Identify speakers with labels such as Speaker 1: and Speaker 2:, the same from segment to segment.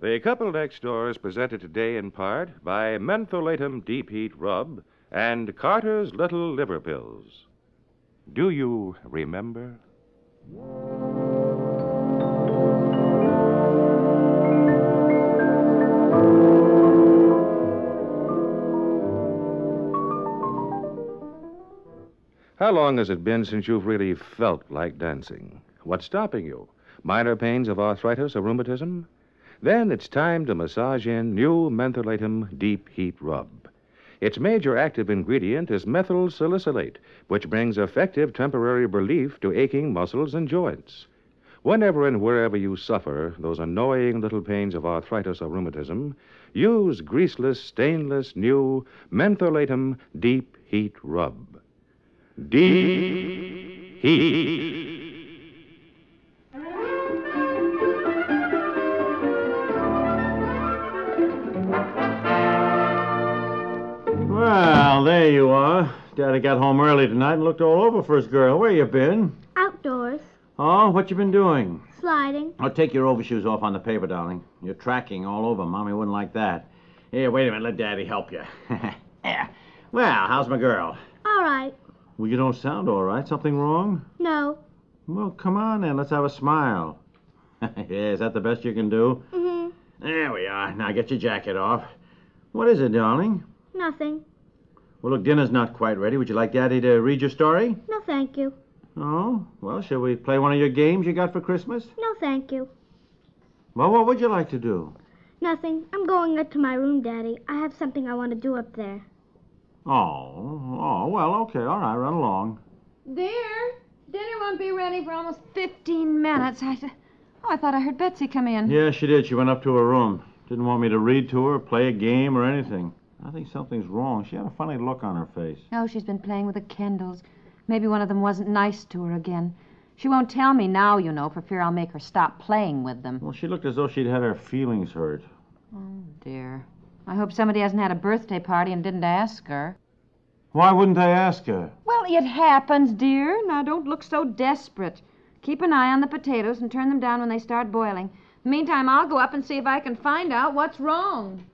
Speaker 1: The Couple Next Door is presented today in part by Mentholatum Deep Heat Rub and Carter's Little Liver Pills. Do you remember? How long has it been since you've really felt like dancing? What's stopping you? Minor pains of arthritis or rheumatism? Then it's time to massage in new mentholatum deep heat rub. Its major active ingredient is methyl salicylate, which brings effective temporary relief to aching muscles and joints. Whenever and wherever you suffer those annoying little pains of arthritis or rheumatism, use greaseless, stainless, new mentholatum deep heat rub. Deep heat.
Speaker 2: Well, there you are. Daddy got home early tonight and looked all over for his girl. Where you been?
Speaker 3: Outdoors.
Speaker 2: Oh, what you been doing?
Speaker 3: Sliding.
Speaker 2: Oh, take your overshoes off on the paper, darling. You're tracking all over. Mommy wouldn't like that. Here, wait a minute. Let Daddy help you. yeah. Well, how's my girl?
Speaker 3: All right.
Speaker 2: Well, you don't sound all right. Something wrong?
Speaker 3: No.
Speaker 2: Well, come on then. Let's have a smile. yeah, is that the best you can do?
Speaker 3: hmm
Speaker 2: There we are. Now get your jacket off. What is it, darling?
Speaker 3: Nothing.
Speaker 2: Well, look, dinner's not quite ready. Would you like Daddy to read your story?
Speaker 3: No, thank you.
Speaker 2: Oh, well, shall we play one of your games you got for Christmas?
Speaker 3: No, thank you.
Speaker 2: Well, what would you like to do?
Speaker 3: Nothing. I'm going up to my room, Daddy. I have something I want to do up there.
Speaker 2: Oh, oh, well, okay, all right, run along.
Speaker 4: Dear, dinner won't be ready for almost 15 minutes. I, oh, I thought I heard Betsy come in.
Speaker 2: Yeah, she did. She went up to her room. Didn't want me to read to her, play a game, or anything. I think something's wrong. She had a funny look on her face.
Speaker 4: Oh, she's been playing with the candles. Maybe one of them wasn't nice to her again. She won't tell me now, you know, for fear I'll make her stop playing with them.
Speaker 2: Well, she looked as though she'd had her feelings hurt.
Speaker 4: Oh, dear. I hope somebody hasn't had a birthday party and didn't ask her.
Speaker 2: Why wouldn't they ask her?
Speaker 4: Well, it happens, dear. Now, don't look so desperate. Keep an eye on the potatoes and turn them down when they start boiling. Meantime, I'll go up and see if I can find out what's wrong.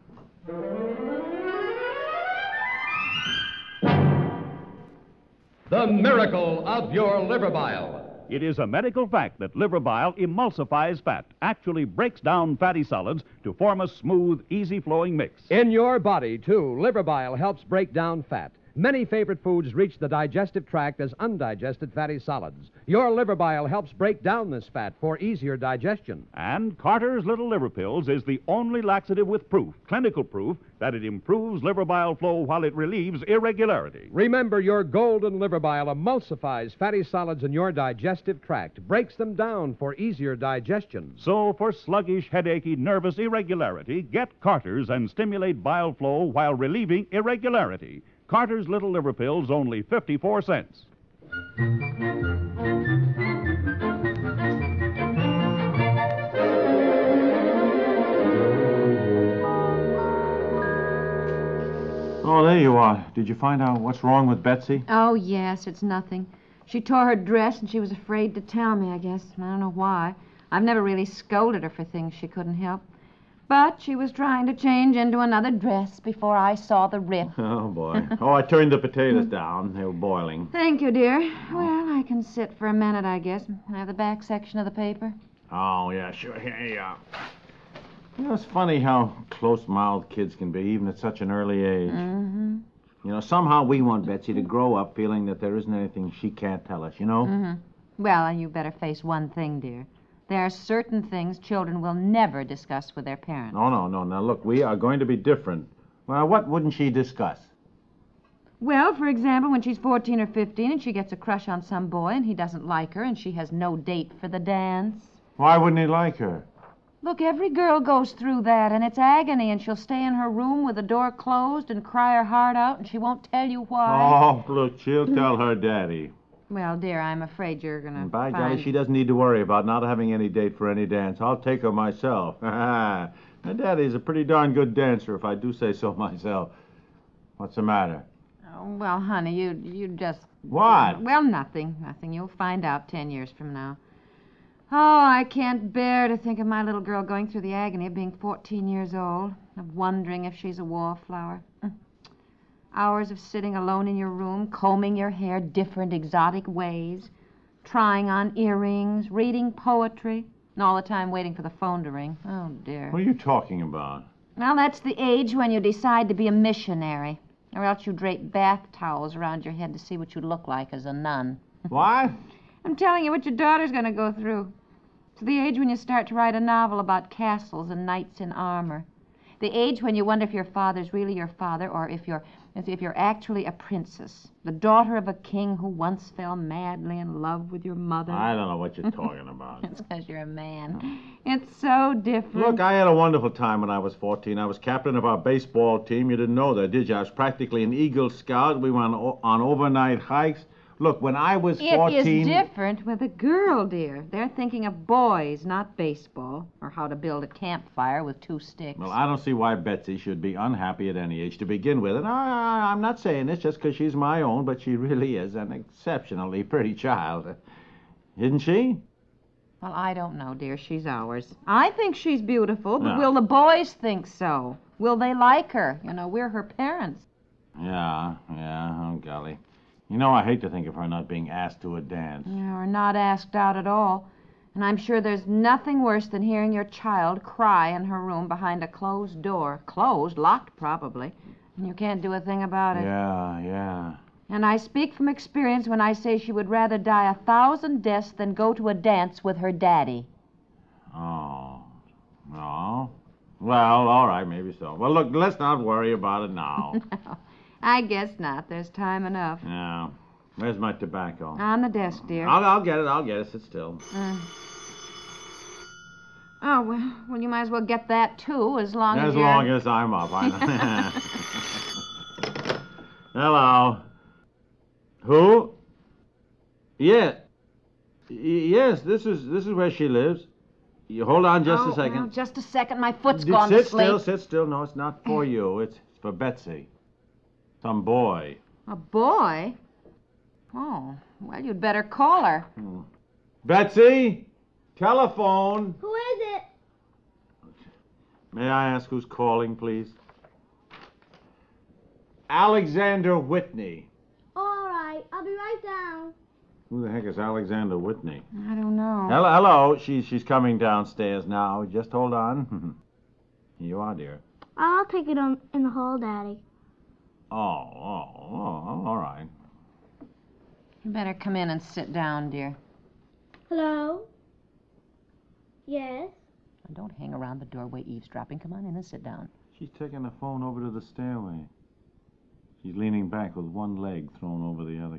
Speaker 5: The miracle of your liver bile.
Speaker 6: It is a medical fact that liver bile emulsifies fat, actually breaks down fatty solids to form a smooth, easy flowing mix.
Speaker 1: uh,
Speaker 5: In your body, too, liver bile helps break down fat. Many favorite foods reach the digestive tract as undigested fatty solids. Your liver bile helps break down this fat for easier digestion.
Speaker 6: And Carter's Little Liver Pills is the only laxative with proof, clinical proof, that it improves liver bile flow while it relieves irregularity.
Speaker 5: Remember, your golden liver bile emulsifies fatty solids in your digestive tract, breaks them down for easier digestion.
Speaker 6: So, for sluggish, headachy, nervous irregularity, get Carter's and stimulate bile flow while relieving irregularity. Carter's Little Liver Pills, only 54 cents.
Speaker 2: Oh, there you are. Did you find out what's wrong with Betsy?
Speaker 4: Oh, yes, it's nothing. She tore her dress and she was afraid to tell me, I guess. I don't know why. I've never really scolded her for things she couldn't help. But she was trying to change into another dress before I saw the rip.
Speaker 2: Oh, boy. oh, I turned the potatoes down. They were boiling.
Speaker 4: Thank you, dear. Well, I can sit for a minute, I guess. I have the back section of the paper.
Speaker 2: Oh, yeah, sure. Here you are. You know, it's funny how close mouthed kids can be, even at such an early age.
Speaker 4: Mm-hmm.
Speaker 2: You know, somehow we want Betsy to grow up feeling that there isn't anything she can't tell us, you know?
Speaker 4: Mm-hmm. Well, you better face one thing, dear. There are certain things children will never discuss with their parents.
Speaker 2: No, no, no. Now, look, we are going to be different. Well, what wouldn't she discuss?
Speaker 4: Well, for example, when she's 14 or 15 and she gets a crush on some boy and he doesn't like her and she has no date for the dance.
Speaker 2: Why wouldn't he like her?
Speaker 4: Look, every girl goes through that, and it's agony, and she'll stay in her room with the door closed and cry her heart out, and she won't tell you why.
Speaker 2: Oh, look, she'll tell her daddy.
Speaker 4: Well, dear, I'm afraid you're gonna.
Speaker 2: And by
Speaker 4: find...
Speaker 2: golly, she doesn't need to worry about not having any date for any dance. I'll take her myself. My daddy's a pretty darn good dancer, if I do say so myself. What's the matter?
Speaker 4: Oh, well, honey, you you just.
Speaker 2: What?
Speaker 4: Well, nothing, nothing. You'll find out ten years from now. Oh, I can't bear to think of my little girl going through the agony of being 14 years old, of wondering if she's a wallflower. Mm. Hours of sitting alone in your room, combing your hair different exotic ways, trying on earrings, reading poetry, and all the time waiting for the phone to ring. Oh, dear.
Speaker 2: What are you talking about?
Speaker 4: Now, that's the age when you decide to be a missionary, or else you drape bath towels around your head to see what you look like as a nun.
Speaker 2: Why?
Speaker 4: I'm telling you what your daughter's going to go through. It's the age when you start to write a novel about castles and knights in armor. The age when you wonder if your father's really your father or if you're if you're actually a princess, the daughter of a king who once fell madly in love with your mother.
Speaker 2: I don't know what you're talking about.
Speaker 4: It's because you're a man. It's so different.
Speaker 2: Look, I had a wonderful time when I was 14. I was captain of our baseball team. You didn't know that, did you? I was practically an Eagle Scout. We went o- on overnight hikes. Look, when I was
Speaker 4: It is
Speaker 2: 14.
Speaker 4: different with a girl, dear. They're thinking of boys, not baseball, or how to build a campfire with two sticks.
Speaker 2: Well, I don't see why Betsy should be unhappy at any age to begin with. And I, I, I'm not saying this just 'cause she's my own, but she really is an exceptionally pretty child. Isn't she?
Speaker 4: Well, I don't know, dear. She's ours. I think she's beautiful, but
Speaker 2: No.
Speaker 4: will the boys think so? Will they like her? You know, we're her parents.
Speaker 2: Yeah, yeah, oh, golly. You know, I hate to think of her not being asked to a dance.
Speaker 4: Yeah, Or not asked out at all. And I'm sure there's nothing worse than hearing your child cry in her room behind a closed door. Closed, locked probably. And you can't do a thing about it.
Speaker 2: Yeah, yeah.
Speaker 4: And I speak from experience when I say she would rather die a thousand deaths than go to a dance with her daddy.
Speaker 2: Oh. Oh. Well, all right, maybe so. Well, look, let's not worry about it now.
Speaker 4: I guess not. There's time enough.
Speaker 2: yeah. Where's my tobacco?
Speaker 4: On the desk, dear.
Speaker 2: I'll, I'll get it, I'll get it. Sit still.
Speaker 4: Oh, well, well, you might as well get that, too, as long as
Speaker 2: As
Speaker 4: you're...
Speaker 2: long as I'm up, I know. Hello. Who? Yeah. Y- yes, this is this is where she lives. You hold on just
Speaker 4: Oh,
Speaker 2: a second.
Speaker 4: well, just a second. My foot's
Speaker 2: D-
Speaker 4: gone
Speaker 2: sit
Speaker 4: to sleep.
Speaker 2: still, sit still. No, it's not for you. It's, it's for Betsy. Some boy.
Speaker 4: A boy? Oh, well, you'd better call her.
Speaker 2: Betsy, telephone.
Speaker 3: Who is it?
Speaker 2: May I ask who's calling, please? Alexander Whitney.
Speaker 3: All right, I'll be right down.
Speaker 2: Who the heck is Alexander Whitney?
Speaker 4: I don't know.
Speaker 2: Hello, hello. She, she's coming downstairs now. Just hold on. Here you are, dear.
Speaker 3: I'll take it on in the hall, Daddy.
Speaker 2: Oh, oh, oh, all right.
Speaker 4: You better come in and sit down, dear.
Speaker 3: Hello? Yes?
Speaker 4: And Don't hang around the doorway eavesdropping. Come on in and sit down.
Speaker 2: She's taking the phone over to the stairway. She's leaning back with one leg thrown over the other.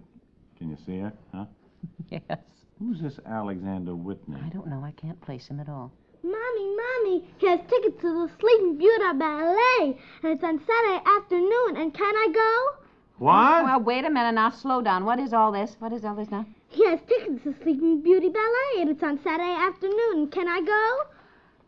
Speaker 2: Can you see her? Huh?
Speaker 4: Yes.
Speaker 2: Who's this Alexander Whitney?
Speaker 4: I don't know. I can't place him at all.
Speaker 3: Mommy, Mommy, he has tickets to the Sleeping Beauty Ballet, and it's on Saturday afternoon, and can I go?
Speaker 2: What?
Speaker 4: Well, wait a minute now. Slow down. What is all this? What is all this now?
Speaker 3: He has tickets to Sleeping Beauty Ballet, and it's on Saturday afternoon, can I go?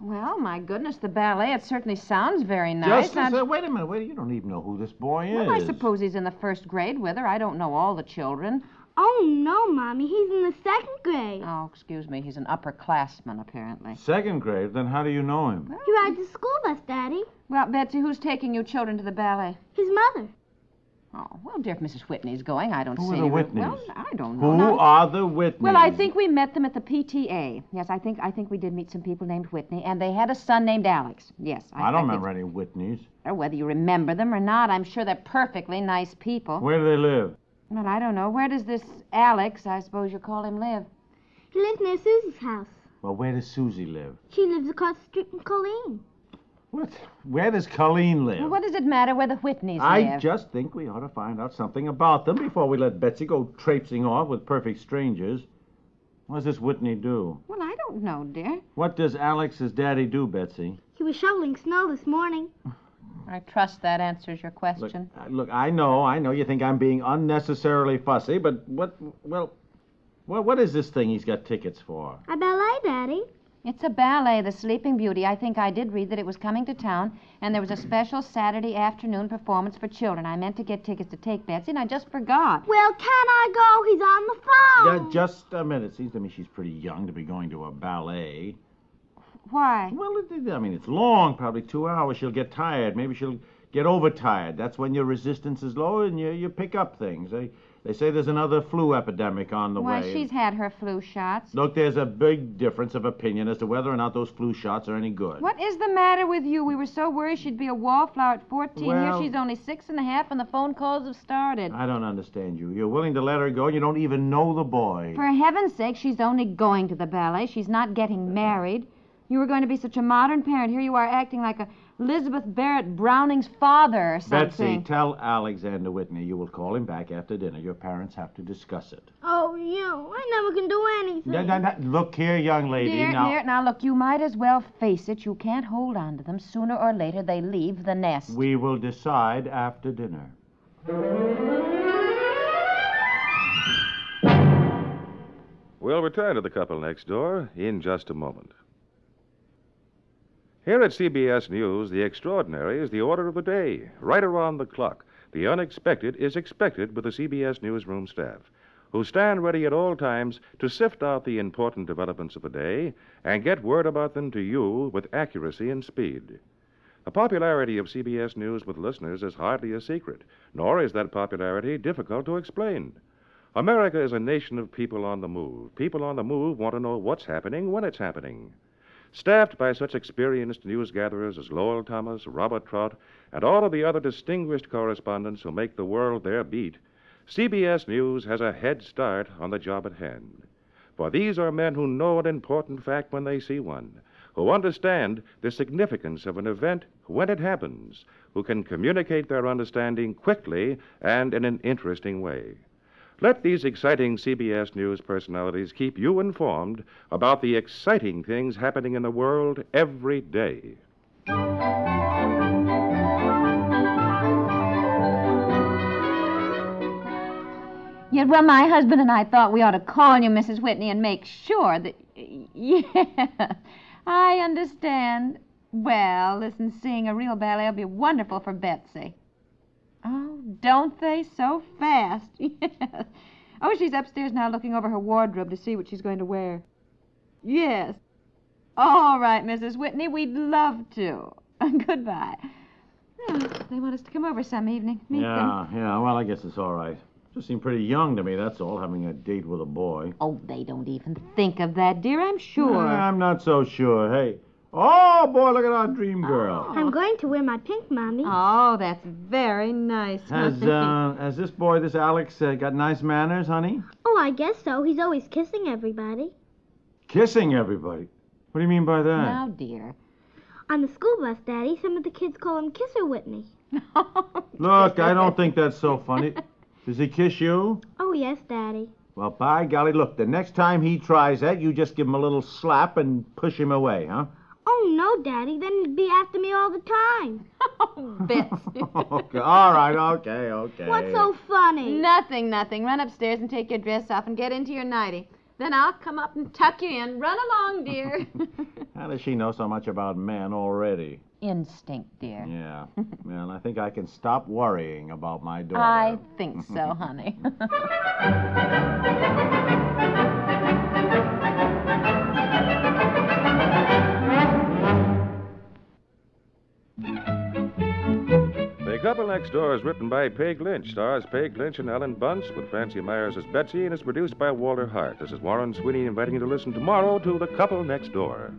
Speaker 4: Well, my goodness, the ballet, it certainly sounds very nice.
Speaker 2: Just
Speaker 4: Now,
Speaker 2: listen- wait a minute. Wait, you don't even know who this boy is.
Speaker 4: well, I suppose he's in the first grade with her. I don't know all the children.
Speaker 3: Oh, no, Mommy, he's in the second grade.
Speaker 4: Oh, excuse me. He's an upperclassman, apparently.
Speaker 2: Second grade. Then how do you know him?
Speaker 3: He rides the school bus, Daddy.
Speaker 4: Well, Betsy, who's taking you children to the ballet?
Speaker 3: His mother.
Speaker 4: Oh, well, dear, if Mrs. Whitney's going, I don't
Speaker 2: Who
Speaker 4: see
Speaker 2: are the
Speaker 4: any re- Well,
Speaker 2: Whitneys?
Speaker 4: I don't know.
Speaker 2: Who
Speaker 4: Now-
Speaker 2: are the Whitneys?
Speaker 4: Well, I think we met them at the PTA. Yes, I think I think we did meet some people named Whitney, and they had a son named Alex. Yes,
Speaker 2: I don't remember
Speaker 4: think-
Speaker 2: any Whitneys.
Speaker 4: or whether you remember them or not. I'm sure they're perfectly nice people.
Speaker 2: Where do they live?
Speaker 4: Well, I don't know. Where does this Alex, I suppose you call him, live?
Speaker 3: He lives near Susie's house.
Speaker 2: Well, where does Susie live?
Speaker 3: She lives across the street from Colleen.
Speaker 2: What? Where does Colleen live?
Speaker 4: Well, what does it matter where the Whitneys
Speaker 2: I
Speaker 4: live?
Speaker 2: just think we ought to find out something about them before we let Betsy go traipsing off with perfect strangers. What does this Whitney do?
Speaker 4: Well, I don't know, dear.
Speaker 2: What does Alex's daddy do, Betsy?
Speaker 3: He was shoveling snow this morning.
Speaker 4: I trust that answers your
Speaker 2: Look,
Speaker 4: question.
Speaker 2: uh, look, I know, I know you think I'm being unnecessarily fussy, but what, well, well, what is this thing he's got tickets for?
Speaker 3: A ballet, Daddy.
Speaker 4: It's a ballet, The Sleeping Beauty. I think I did read that it was coming to town, and there was a special Saturday afternoon performance for children. I meant to get tickets to take Betsy, and I just forgot.
Speaker 3: Well, can I go? He's on the phone.
Speaker 4: Oh.
Speaker 2: Yeah, just a minute. Seems to me she's pretty young to be going to a ballet.
Speaker 4: Why?
Speaker 2: Well, it- it- I mean, it's long, probably two hours. She'll get tired. Maybe she'll get overtired. That's when your resistance is low and you, you pick up things. They, they say there's another flu epidemic on the
Speaker 4: Why,
Speaker 2: way.
Speaker 4: she's had her flu shots.
Speaker 2: Look, there's a big difference of opinion as to whether or not those flu shots are any good.
Speaker 4: What is the matter with you? We were so worried she'd be a wallflower at 14.
Speaker 2: Well-
Speaker 4: Here she's only six and a half, and the phone calls have started.
Speaker 2: I don't understand you. You're willing to let her go. You don't even know the boy.
Speaker 4: For heaven's sake, she's only going to the ballet. She's not getting married. You were going to be such a modern parent. Here you are acting like a Elizabeth Barrett Browning's father or
Speaker 2: Betsy,
Speaker 4: something.
Speaker 2: tell Alexander Whitney you will call him back after dinner. Your parents have to discuss it.
Speaker 3: Oh, you. I never can do anything.
Speaker 2: Now- now- now, Look here, young lady.
Speaker 4: Dear,
Speaker 2: now,
Speaker 4: dear, now look, you might as well face it. You can't hold on to them. Sooner or later, they leave the nest.
Speaker 2: we will decide after dinner.
Speaker 1: We'll return to the couple next door in just a moment. Here at CBS News, the extraordinary is the order of the day, right around the clock. The unexpected is expected with the CBS Newsroom staff, who stand ready at all times to sift out the important developments of the day and get word about them to you with accuracy and speed. The popularity of CBS News with listeners is hardly a secret, nor is that popularity difficult to explain. America is a nation of people on the move. People on the move want to know what's happening when it's happening. Staffed by such experienced news gatherers as Lowell Thomas, Robert Trout, and all of the other distinguished correspondents who make the world their beat, CBS News has a head start on the job at hand. For these are men who know an important fact when they see one, who understand the significance of an event when it happens, who can communicate their understanding quickly and in an interesting way. Let these exciting CBS News personalities keep you informed about the exciting things happening in the world every day.
Speaker 4: Yet, well, my husband and I thought we ought to call you, Mrs. Whitney, and make sure that. Yeah, I understand. Well, listen, seeing a real ballet will be wonderful for Betsy. Oh, don't they so fast? Yes. Oh, she's upstairs now looking over her wardrobe to see what she's going to wear. Yes. All right, Mrs. Whitney, we'd love to. Goodbye. Oh, they want us to come over some evening. Meet them.
Speaker 2: Yeah, yeah. Well, I guess it's all right. Just seemed pretty young to me, that's all, having a date with a boy.
Speaker 4: Oh, they don't even think of that, dear, I'm sure.
Speaker 2: Eh, I'm not so sure. Hey. Oh, boy, look at our dream girl.
Speaker 3: I'm going to wear my pink, Mommy.
Speaker 4: Oh, that's very nice.
Speaker 2: Has, uh, has this boy, this Alex, uh, got nice manners, honey?
Speaker 3: Oh, I guess so. He's always kissing everybody.
Speaker 2: Kissing everybody. What do you mean by that?
Speaker 4: Now, dear.
Speaker 3: On the school bus, Daddy, some of the kids call him Kisser Whitney.
Speaker 2: Look, I don't think that's so funny. Does he kiss you?
Speaker 3: Oh, yes, Daddy.
Speaker 2: Well, by golly, look, the next time he tries that, you just give him a little slap and push him away, huh?
Speaker 3: Oh, no, Daddy. Then he'd be after me all the time.
Speaker 4: Betsy.
Speaker 2: okay, all right, okay, okay.
Speaker 3: What's so funny?
Speaker 4: nothing, nothing. Run upstairs and take your dress off and get into your nightie. Then I'll come up and tuck you in. Run along, dear.
Speaker 2: How does she know so much about men already?
Speaker 4: Instinct, dear.
Speaker 2: Yeah. Man, I think I can stop worrying about my daughter.
Speaker 4: I think so, honey.
Speaker 1: The Couple Next Door is written by Peg Lynch, stars Peg Lynch and Alan Bunce, with Francie Myers as Betsy, and is produced by Walter Hart. This is Warren Sweeney inviting you to listen tomorrow to The Couple Next Door.